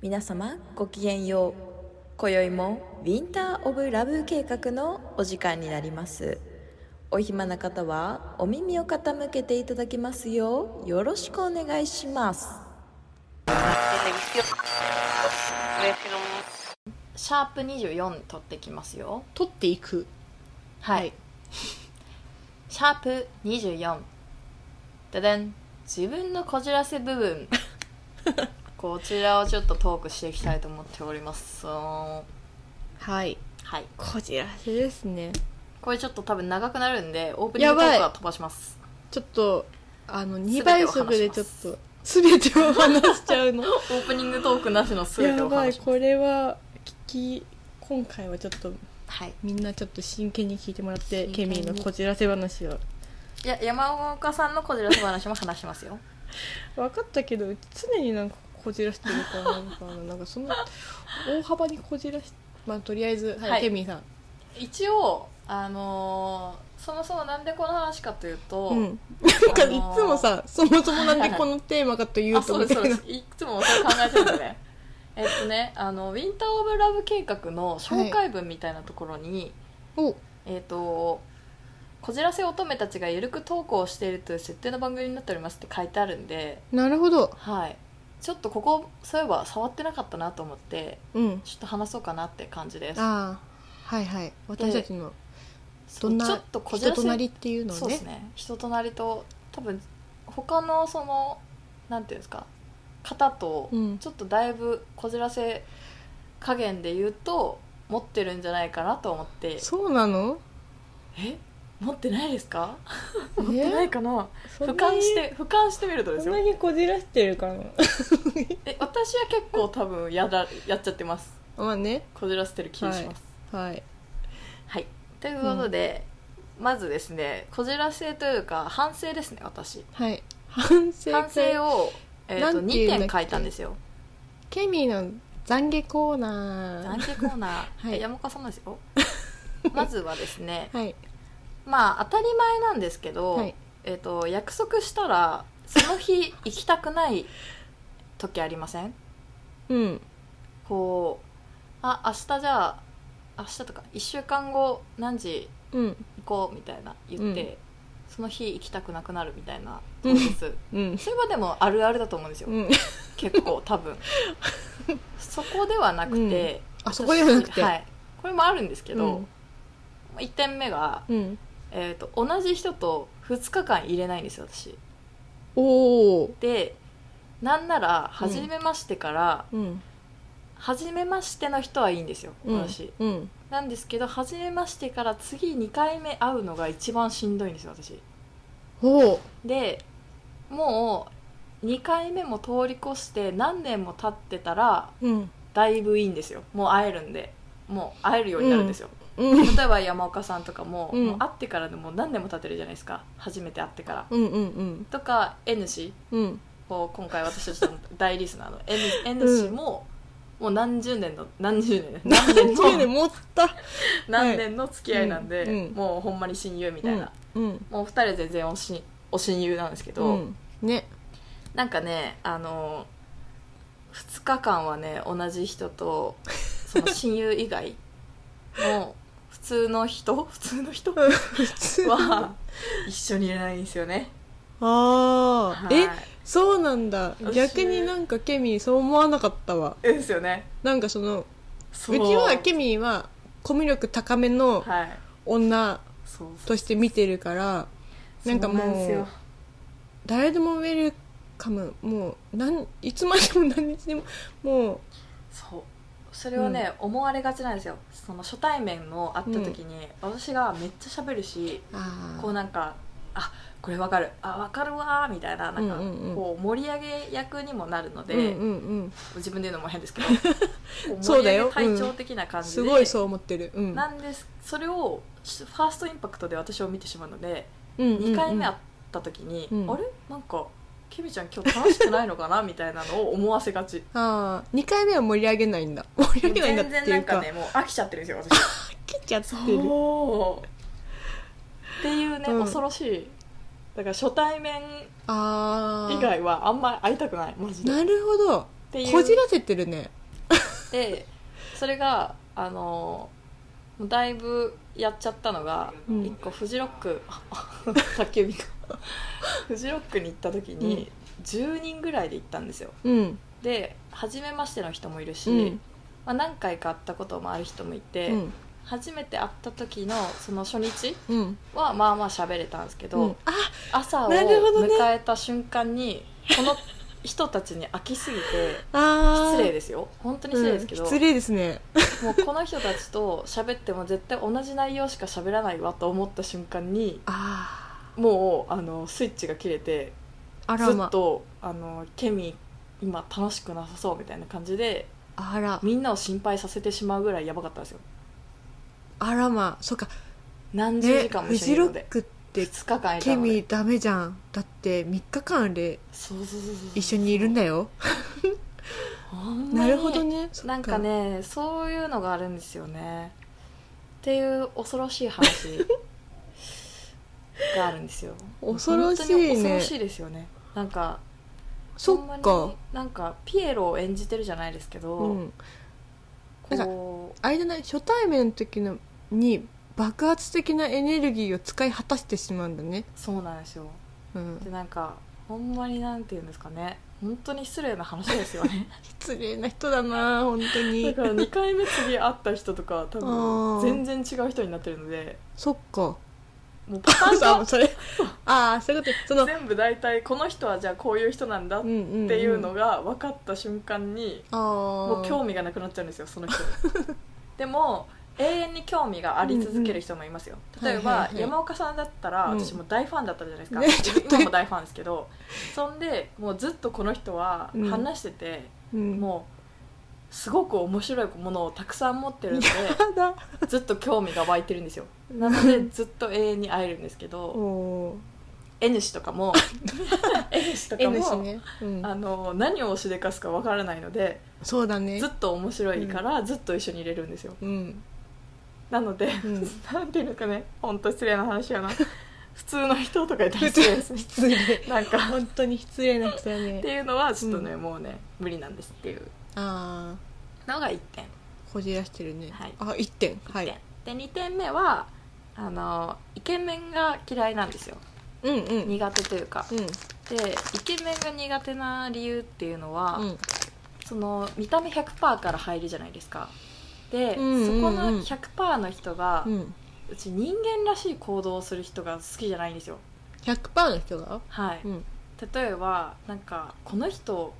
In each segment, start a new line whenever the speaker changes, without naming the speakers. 皆様ごきげんよう今宵もウィンター・オブ・ラブ計画のお時間になりますお暇な方はお耳を傾けていただきますようよろしくお願いします
televisión. Televisión.
シャープ24取ってきますよ
取っていく
はい、シャープ24ででん自分のこじらせ部 分こちらをちょっとトークしていきたいと思っておりますは
はい
い
こじらせですね
これちょっと多分長くなるんでオープニングト
やば
ー
い
クは飛ばします
ちょっとあの
てを
2倍速でちょっと全てを話しちゃうの
オープニングトークなしの 全て
や
を
ばい
話します
これは聞き今回はちょっと
はい
みんなちょっと真剣に聞いてもらって
真
ケ
剣に
ミーのこじらせ話を
いや山岡さんのこじらせ話も話しますよ
分かったけど常になんかこじらしてるからなんかあのなんかその大幅にこじらしまあとりあえず、はい
はい
ケミーさん
一応あのーそもそもなんでこの話かというと、
うん、なんか
あ
い
のー
つもさそもそもなんでこのテーマかという
あ
と
そう
み
ですそで
たいうな
すいつもそう考えてるんで ねえっとねあのウィンター・オブ・ラブ計画の紹介文みたいなところに、
お
えっとこじらせ乙女たちがゆるく投稿しているという設定の番組になっておりますって書いてあるんで
なるほど
はいちょっとここそういえば触ってなかったなと思って
うん
ちょっと話そうかなって感じです
ああはいはい私たちの
そ
ど
うんちょっ
な
とこじ
人
らせ
となりっていうのを
そう
ね
ですね人となりと多分他のそのなんていうんですか方と
うん
ちょっとだいぶこじらせ加減で言うと持ってるんじゃないかなと思って
そうな の
え持ってないですか
持っ
持ってないかな
そん
俯
なに
瞰して俯瞰してみるとです
そん
よ
なにこじらしてるかな
え私は結構多分やだやっちゃってます
まあね
こじらせてる気がします
はい
はい、ということで、まずですねこじらせというか反省ですね私
はい反省会
反省を、えー、と
なんていうんだ
2
っけ
点書いたんですよ
ケミーの懺悔コーナ
懺悔コーナー、
はい
え山岡さんのですよまずはですね
ーはい
まあ当たり前なんですけど、
はい
えー、と約束したらその日行きたくない時ありません
うん
こうあ明日じゃあ明日とか1週間後何時
うん
行こうみたいな言って、
うん
その日行きたくなくなるみたいな当
うん
日
うん
そういえばでもあるあるだと思うんですよ、
うん
結構多分そこではなくて、
あそこではなくて、
私はい、これもあるんですけ
う
ど、
ん
1点目が、
うん、
えー、と同じ人と2日間入れないんですよ私
おお
でなんなら初めましてから、
うん
初めましての人はいいんですよ
うん
私、
うん
なんですけど初めましてから次2回目会うのが一番しんどいんですよ私
おお
でもう2回目も通り越して何年も経ってたら
うん
だいぶいいんですよもう会えるんでもう会えるようになるんですよ、
うん
例えば山岡さんとかも,、
うん
もう会ってからでもう何年も経ってるじゃないですか初めて会ってから、
うんうんうん
とか N 氏
うん
こう今回私たちの大リスナーの N, N 氏も、もう何十年の何十年何年
何で
の
持った
何年の付き合いなんで、
うんうん
もうほんまに親友みたいな、
うん
もう2人で全然おしお親友なんですけど、
うんね
なんかねあの2日間はね同じ人とその親友以外の普通の人普通の人は
普通
一緒にいれないんですよね、
ああ
はい
えそうなんだ
私
逆になんかケミーそう思わなかったわ
えですよね
なんかその
そう
ちはケミーはコミュ力高めの
はい
女
そう
として見てるからなんか
そうです
も
よ
う誰でもウェルカムもうなんいつまでも何日でももう
そうそれをね、思われがちなんですよその初対面の会った時に、私がめっちゃ喋るし
あ
こうなんかあこれわかるあわかるわーみたいななんか、
うんうんうん
こう盛り上げ役にもなるので、
うんうんうん
自分で言うのも変ですけどこう
そうだよ
盛り上げ隊長的な感じで、
すごいそう思ってるうん
なんですそれをファーストインパクトで私を見てしまうので、
2
2回目会った時に、
うん
あれなんかケミちゃん今日楽しくないのかな みたいなのを思わせがち
ああ2回目は盛り上げないんだ盛り上げないんだってい
なん
うか
かねもう飽きちゃってるんですよ私
切っちゃってる
そう っていうね、
うん
恐ろしいだから初対面
ああ
以外はあんまり会いたくないマジで
なるほど
っていう
こじらせてるね
でそれがあのもうだいぶやっちゃったのが、一
うん
個フジロック 宅急便かフジロックに行った時に、10人ぐらいで行ったんですよ
うん
で初めましての人もいるし、
うん
まあ、何回か会ったこともある人もいて、
うん
初めて会った時のその初日
うん
はまあまあ喋れたんですけど、
うんあ
朝を
なるほど
迎
ね
えた瞬間に、この人たちに飽きすぎて
あー
失礼ですよ本当に失礼ですけど、
うん失礼ですね
もうこの人たちと喋っても絶対同じ内容しか喋らないわと思った瞬間に
あ
もうあのスイッチが切れて
ああ
ず
ら
っ
ま
と「あのケミ今楽しくなさそう」みたいな感じで
あら
みんなを心配させてしまうぐらいやばかったんですよ
あらまそっか
何十
ね
時間も
フ
一緒に
ジ
いる
ロ
の
ッ
で
クって
2日間いた
ケ
ので
ミダメじゃんだって3日間で
そうそうそうそう
一緒にいるんだよ
ほんま
な
に
るほどねそっ
なんかねそういうのがあるんですよねっていう恐ろしい話があるんですよ
恐ろし
本当
いね
に 恐ろしいですよねなんか
そ
ほんま
っ
に
か
なんかピエロを演じてるじゃないですけど、
うんなん
こ
あれじゃない初対面の時のに爆発的なエネルギーを使い果たしてしまうんだね
うそうなんですよ
うん
でなんかほんまになんていうんですかね本当に失礼な話ですよね
失礼な人だな本当
だ
に
から2回目次会った人とか多
あ
分
ー
全然違う人になってるので
そっか
もう パターン
あも
が
うそれああそういうことその
全部大体この人はじゃあこういう人なんだっ
うんうんん
っていうのが分かった瞬間に
あ
もう
も
興味がなくなっちゃうんですよその人にでも永遠に興味があり続ける人もいますよ、
うん
例えば、
はいはいはい
山岡さんだったら、
うん
私も大ファンだったじゃないですか、
ねちょっと
今も大ファンですけどそんでもうずっとこの人は
うん
話してて、
うん
もうすごく面白いものをたくさん持って るので
ただ
ずっと興味が湧いてるんですよなのでずっと永遠に会えるんですけど
お
N 氏とか も N 氏とか
N 氏
も、
ね、うん、
あの何をしでかすか分からないので
そうだね
ずっと面白いからずっと一緒にいれるんですよ、
うん
なので、
うん
なんていうのかね本当失礼な話や な普通の人とかいたら
失
失礼
礼
で
です す
ね
失礼
なんかっ
本当に失礼な人だ
て
ね
いうのはちょっとね、もうね無理なんですっていう
ああ
のが1点、
こじらしてるね、
はい
あ一点
点
はい
で2点目はあのイケメンが嫌いなんですよ
うんうん
苦手というか
う、ん
でイケメンが苦手な理由っていうのは、
うん
その見た目100%から入るじゃないですかで、
うんうんうん
そこの100%の人が、
うん
うち人間らしい行動をする人が好きじゃないんですよ
100%の人が
はい、
うん
例えばなんかこの人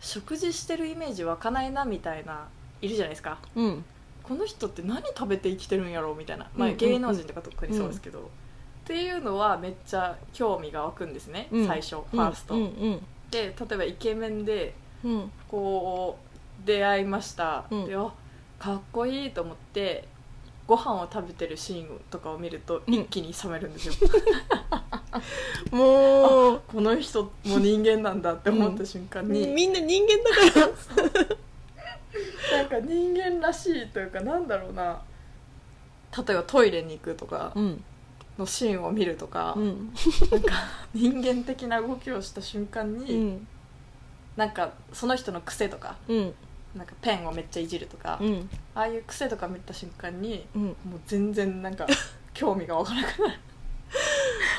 食事してるイメージ湧かないなみたいないるじゃないですか
うん
この人って何食べて生きてるんやろうみたいな、まあ、
うんうんうん
芸能人とか特にそうですけど、っていうのはめっちゃ興味が湧くんですね、
うん
最初ファースト、
うんうん
で例えばイケメンで
うんうん
こう出会いました、
うん
であかっこいいと思ってご飯を食べてるシーンとかを見ると
うん
一気に冷めるんですよ、
もう
この人も人間なんだって思った瞬間に、
みんな人間だから
なんか人間らしいというかなんだろうな例えばトイレに行くとか
うん
のシーンを見るとか、
うん
人間的な動きをした瞬間に、
うん
なんかその人の癖とか
うん
なんかペンをめっちゃいじるとか、
うん
ああいう癖とか見た瞬間に
うん
もう全然なん か興味がわからなくなる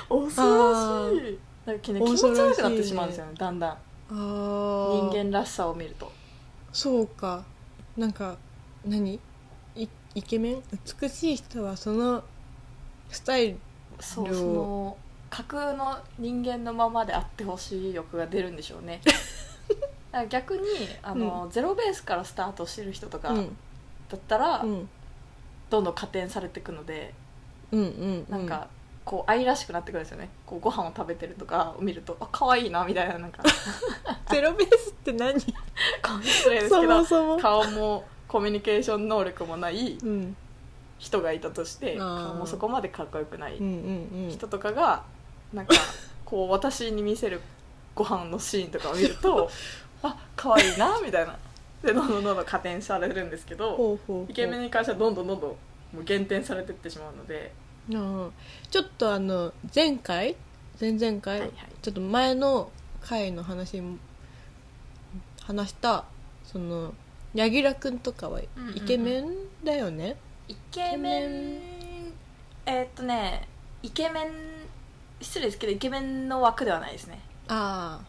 恐ろしいなんか気,、ね、気持ち悪くなってしまうんですよねだんだん
あ
人
ー
間らしさを見ると
そうかなんか何イイケメン美しい人はそのスタイル
そう
量
その架空の人間のままであってほしい欲が出るんでしょう ねだから逆にあの、ゼロベースからスタートしてる人とか
う
だ
ん
ったら、
うん
どんどん加点されていくので
うんうん
なんか、こう愛らしくなってくるんですよねこうご飯を食べてるとかを見るとあ可愛いなみたいな なんか
ゼロベースって 何
顔失礼です
そ
けど
もそも
顔もコミュニケーション能力もない
うん
人がいたとして
あー
顔もそこまでかっこよくない
うんうんうん
人とかがなんか こう私に見せるご飯のシーンとかを見る とあ可愛いなみたいなでどんどんどんどん加点されるんですけど
ほうほうほう
イケメンに関してはどんどんどんどんもう減点されてってしまうので
うんちょっとあの前回前々回、
はいはい
ちょっと前の回の話に話したその柳楽君とかはイ
うんうん
ケメンだよね、
イケメンえーっとねイケメン失礼ですけどイケメンの枠ではないですね
あ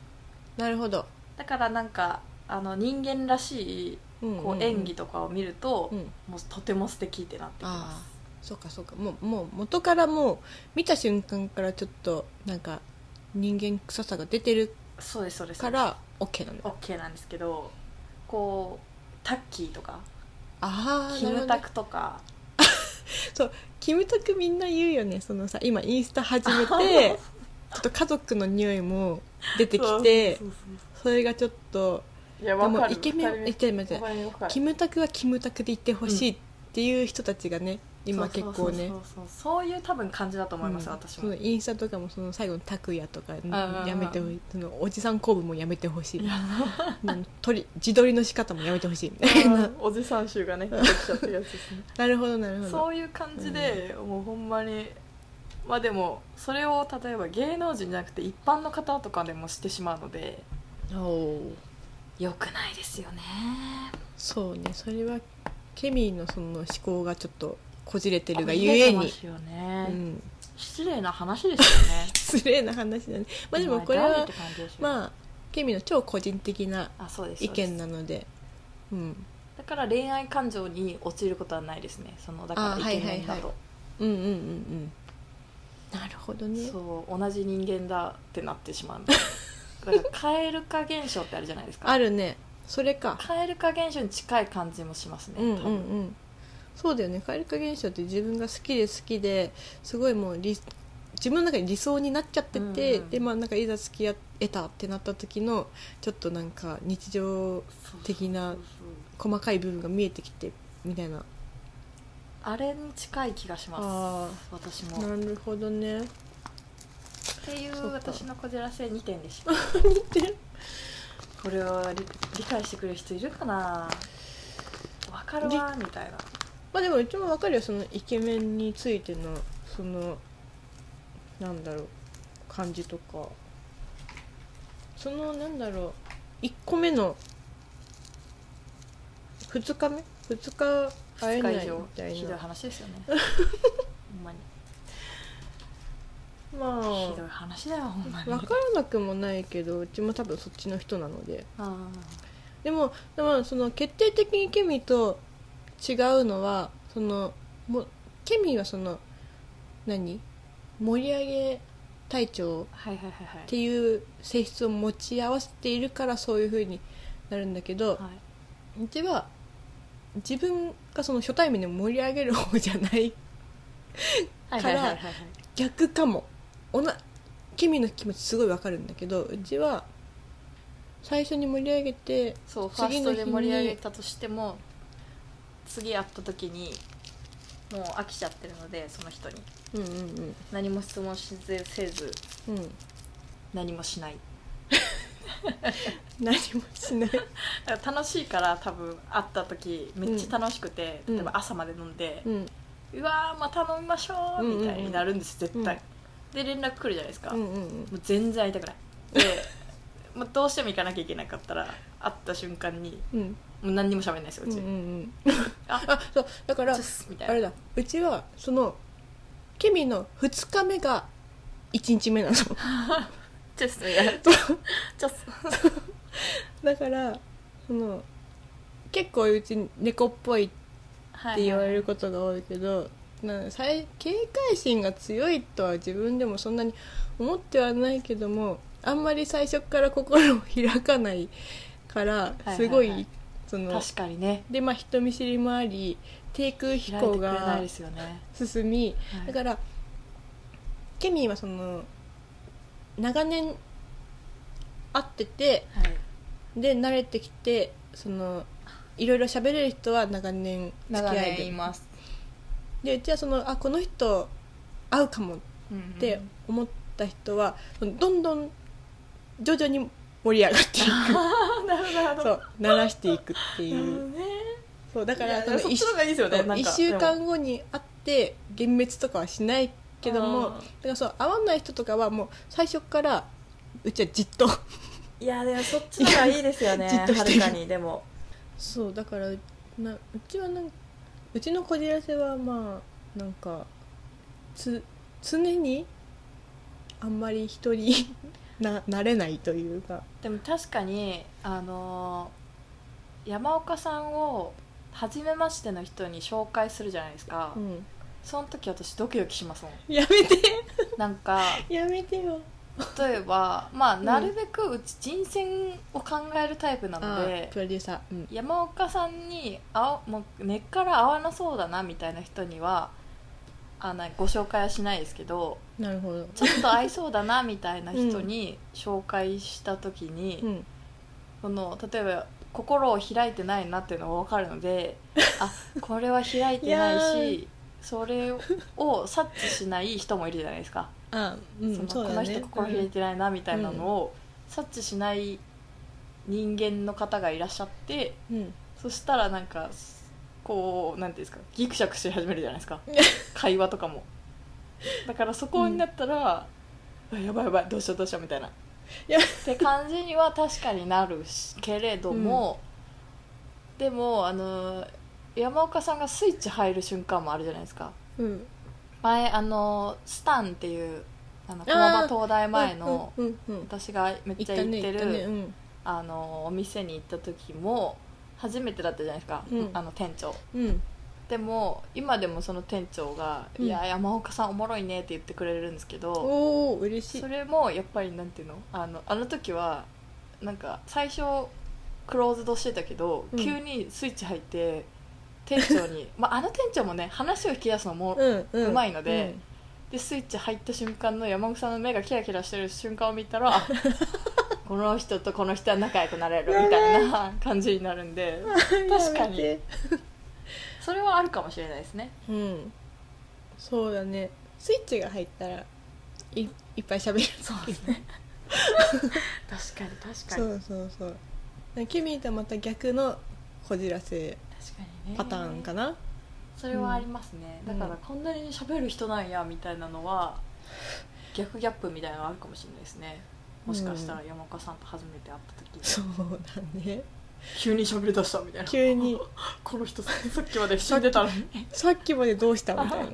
あなるほど、
だからなんかあの人間らしい
うんうんうん
こう演技とかを見ると、
うん
もうとても素敵ってなってきま
ああそうかそうかもうもう元からもう見た瞬間からちょっとなんか人間臭さが出てる
すそうですそうです
から OK なんだ
OK なんですけどこうタッキーとか
ああ
キ
なる
ム
ほ
タ
ど
クとか
キムタクみんな言うよねそのさ今インスタ始 めてちょっと家族の匂いも出てきて
そうそう
それがちょっと
いや、
で
わか
も
る。
イケメンえちょっと待って
わかるわかる
キムタクはキムタクでいてほしいっていう人たちがね、今結構
そ
ね
うそうそうそうそういう多分感じだと思います、
うん
私
そ
も
のインスタとかもその最後の拓也とか
ああ
やめてほしいそのおじさん公文もやめてほしいなん取り自撮りの仕方もやめてほしいみたいな
おじさん衆がね出てきちゃってるやつですね
なるほどなるほど
そういう感じで、もうほんまにまあでもそれを例えば芸能人じゃなくて一般の方とかでもしてしまうので
おー
よくないですよね
そうねそれはケミーのその思考がちょっとこじれて
こ
るが
れ
ゆえ
出てま
に、
すよ
う
ね
ん、
失礼な話ですよね
失礼な話だねまあでもこれ
お前誰っ
は
て感じですよ
まあケミーの超個人的な
あそうです
意見
な
なのでうん
だから恋愛感情に陥ることはないですねそのだから
あ
イ
はい
ケメンだと、
はいはうんうんうんうんなるほどね
そう同じ人間だってなって しまうんだだから蛙化現象ってあるじゃないですか
あるねそれか
蛙化現象に近い感じもしますね、
うんうん
多
う
分
んそうだよね蛙化現象って自分が好きで好きですごいもう理自分の中に理想になっちゃってて、
うんうん
でまあなんかいざ付き合えたってなった時のちょっとなんか日常
そう
的
そ
な
うそう
細かい部分が見えてきてみたいな
あれに近い気がしま
あ
す私も
な
っ
るほどね
てい
そうっか
私のこじらせ2点でしたこれを理理解してくれる人いるかなわかるわみたいな
まあでもうちも分かるよそのイケメンについてのそのなんだろう感じとかそのなんだろう1個目の2日目2日会えないみたい
ひどい
な
話 ですよねほんまに
ま
ひどい
あ
話だよほんまに
分からなくもないけどうちも多分そっちの人なので
あ
でもでもその決定的にケミと違うのはそのもケミはその何盛り上げ隊長
ー
っ
はいはいはいはい
ていう性質を持ち合わせているからそういう風になるんだけど、
はいう
ちは自分がその初対面で盛り上げる方じゃない
はいは
か
い
ら
はいはいはい
逆かもおなケミの気持ちすごいわかるんだけどうちは最初に盛り上げて
そうファー
次
ス
の
ト
日に
で盛り上げたとしても次会った時にもう飽きちゃってるのでその人に
うんうん
何も質問しずせず
うんうん
何もしない
何もしない
だから楽しいから多分会った時めっちゃ楽しくて、
うん
例えば朝まで飲んで
う、ん
うわーまた飲みましょうみたいになるんです、絶対、で連絡来るじゃないですか、
う
も
んうんうん
う全然会いたくない でまあどうしても行かなきゃいけなかったら会った瞬間に
うん
もう何にも喋んないですよ
う
うん
う
ち、
んうん
あ
あそうだから
チュッスみたい
あ
な
れだうちはそのケミの2日目が1日目なの
チェスみたいな チェス
だからその結構うち猫っぽいって
はい
言われることが多いけど、な最警戒心が強いとは自分でもそんなに思ってはないけどもあんまり最初から心を開かないから
いはい
すごい,、
はい
その
確かにね
でまあ人見知りもあり低空飛
開いて
行
くれな
が
いですよね、
進み
はい
だからケミーはその長年会ってて
はい
で慣れてきてそのいろいろ喋れる人は長年付
長
き合
年い
い
ます、
ででうちはそのあこの人合うかもっ
うんうん
て思った人は、どんどん徐々に盛り上がって い
なるほどなる
く
ほ
そ
ど
う慣らしていくって
なるほ
い
ど
う
ね
そうだか
い
ら
や
その
そっ
一
ちの方がいいですよねなんか
1週間後に会って幻滅とかはしないけども
あー
だからそう会わない人とかはもう最初からうちはじっと
いやでもそっちの方がいいですよね
じっとして
は
る
るかにでも
そうだからうなうちはなんうちのこじらせはまあなんかつ常にあんまり人 にななれないというか
でも確かにあのー山岡さんを初めましての人に紹介するじゃないですか、
うん
その時私ドキドキしますもん
やめて
なんか
やめてよ
例えばまあ
ん
なるべくうち人選を考えるタイプな
あ
ので、
プロデューサーうん
山岡さんにあおもう根っから合わなそうだなみたいな人にはあのご紹介はしないですけど
なるほど
ちょっと合いそうだなみたいな人に紹介した時に、
うん
その例えば心を開いてないなっていうのが分かるの であこれは開いてない
い
しそれを察知しない人もいるじゃないですか、
あう
そ
んそ
のこ
うだ
の
ね
人心開いてないなみたいなのを察知しない人間の方がいらっしゃって
うんうん
そしたらなんかこうなんていうんですかギクシャクし始めるじゃないです か会話とかもだからそこになったら、あやばいやばいどうしようどうしようみたいなっ
や
て感じには確かになるしけれども、でもあの山岡さんがスイッチ入る瞬間もあるじゃないですか
うん
前あのスタンっていうあの駒場東大前の
うんうんうん
私がめっ
行っ
ちゃ
た
行っ
ね
て
行っ
る、
たねうん
あのお店に行った時も初めてだったじゃないですか、
うん
あの店長
うん
でも今でもその店長が「
うん
いや山岡さんおもろいね」って言ってくれるんですけど
おお嬉しい
それもやっぱりなんていうのあのあの時はなんか最初クローズドしてたけど、
うん
急にスイッチ入って店長にまああの店長もね話を引き出すのも、
うんうん
うまいのででスイッチ入った瞬間の山岡さんの目がキラキラしてる瞬間を見たら あこの人とこの人は仲良くなれるみたいな感じになるん で
うん
確かに
やめて
それはあるかもしれないですね
うんそうだねスイッチが入ったらいいっぱい喋る
そうですね確かに確か
そ
に
うそうそうケミーとはまた逆のこじらせ
確かにね
パターンかな、
それはありますね、
うん
だからこんなに喋る人なんやみたいなのは逆ギャップみたいなのあるかもしれないですねもしかしたら山岡さんと初めて会った時、
そうだね
急に喋りだしたみたいな
急に
この人さっきまで死んでたのに
さっきまでどうしたみたいな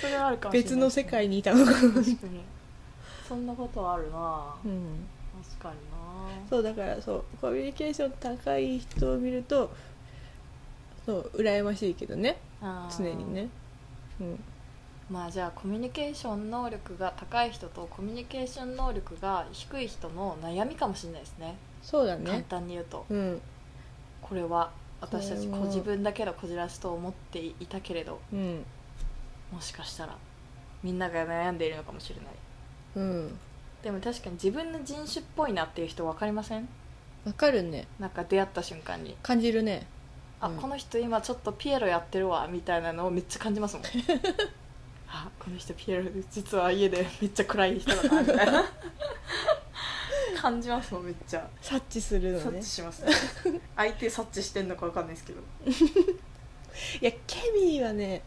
それはあるかもしれないです
別
ね
の世界にいたのかもしれな
確
い
かにそんなことはあるな
うん
確かにな
そうだからそうコミュニケーション高い人を見るとそう羨ましいけどね
あー
常にねうん
まあじゃあコミュニケーション能力が高い人とコミュニケーション能力が低い人の悩みかもしれないですね
そうだ
簡
ね
単に言うと
うん
これは私たち
こ
こ
れは
自分だけのこじらせと思っていたけれど
うん
もしかしたらみんなが悩んでいるのかもしれない
うん
でも確かに自分の人種っぽいなっていう人分かりません
わかるね
なんか出会った瞬間に
感じるね
あ、
うん
この人今ちょっとピエロやってるわみたいなのをめっちゃ感じ ますもんあこの人ピエロで実は家でめっちゃ暗い人だなみたいな 感じますもんめっちゃ
察知するの
察
ね
知し ますね相手察知してんのか分かんないですけど
いやケミーはね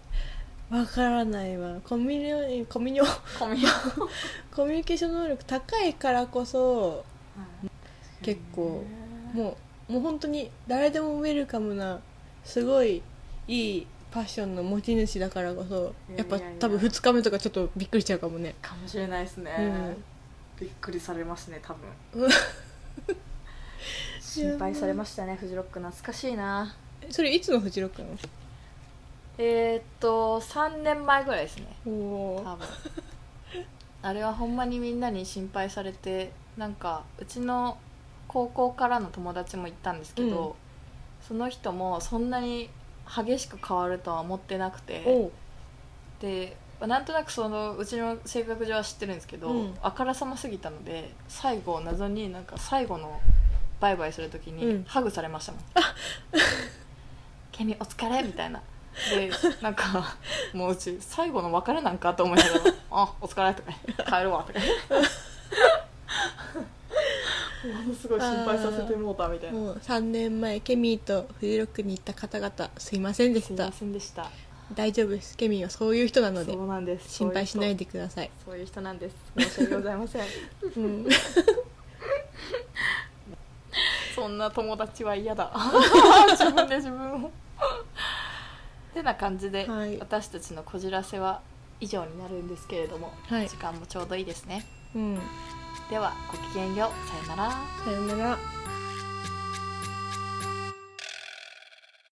わからないわコミュニコミュニ
小宮
コミュニケーション能力高いからこそ結構もうもう本当に誰でもウェルカムなすごいいいパッションの持ち主だからこそやっぱ
いやいやいや
多分2日目とかちょっとびっくりしちゃうかもね
かもしれないですね、
うん
びっくりされますね多
う
分心配されましたねフジロック懐かしいな
それいつのフジロックな
えー、っと3年前ぐらいですね
のおー
多分あれはほんまにみんなに心配されてなんかうちの高校からの友達も行ったんですけど、
うん
その人もそんなに激しく変わるとは思ってなくて
おう
でまあなんとなくそのうちの性格上は知ってるんですけど、
うん
あからさますぎたので最後謎になんか最後のバイバイする時
うん
にハグされましたもん 「ケミお疲れ」みたいなでなんかもううち最後の別れなんかと思いなが ら「あお疲れ」とか「帰るわ」とかものすごい心配させてもうたみたいな
もう3年前ケミーとフジロックに行った方々すいませんです
い
した
ませんでした
大丈夫ですケミーはそういう人なので
そうなんです
心配しない
で
でください
そういう人なんです申し訳ございません
うん
そんな友達は嫌 だ自分で自分をてな感じで、
はい
私たちのこじらせは以上になるんですけれども、
はい
時間もちょうどいいですね
うん
ではごきげんようさよなら
さよなら
さ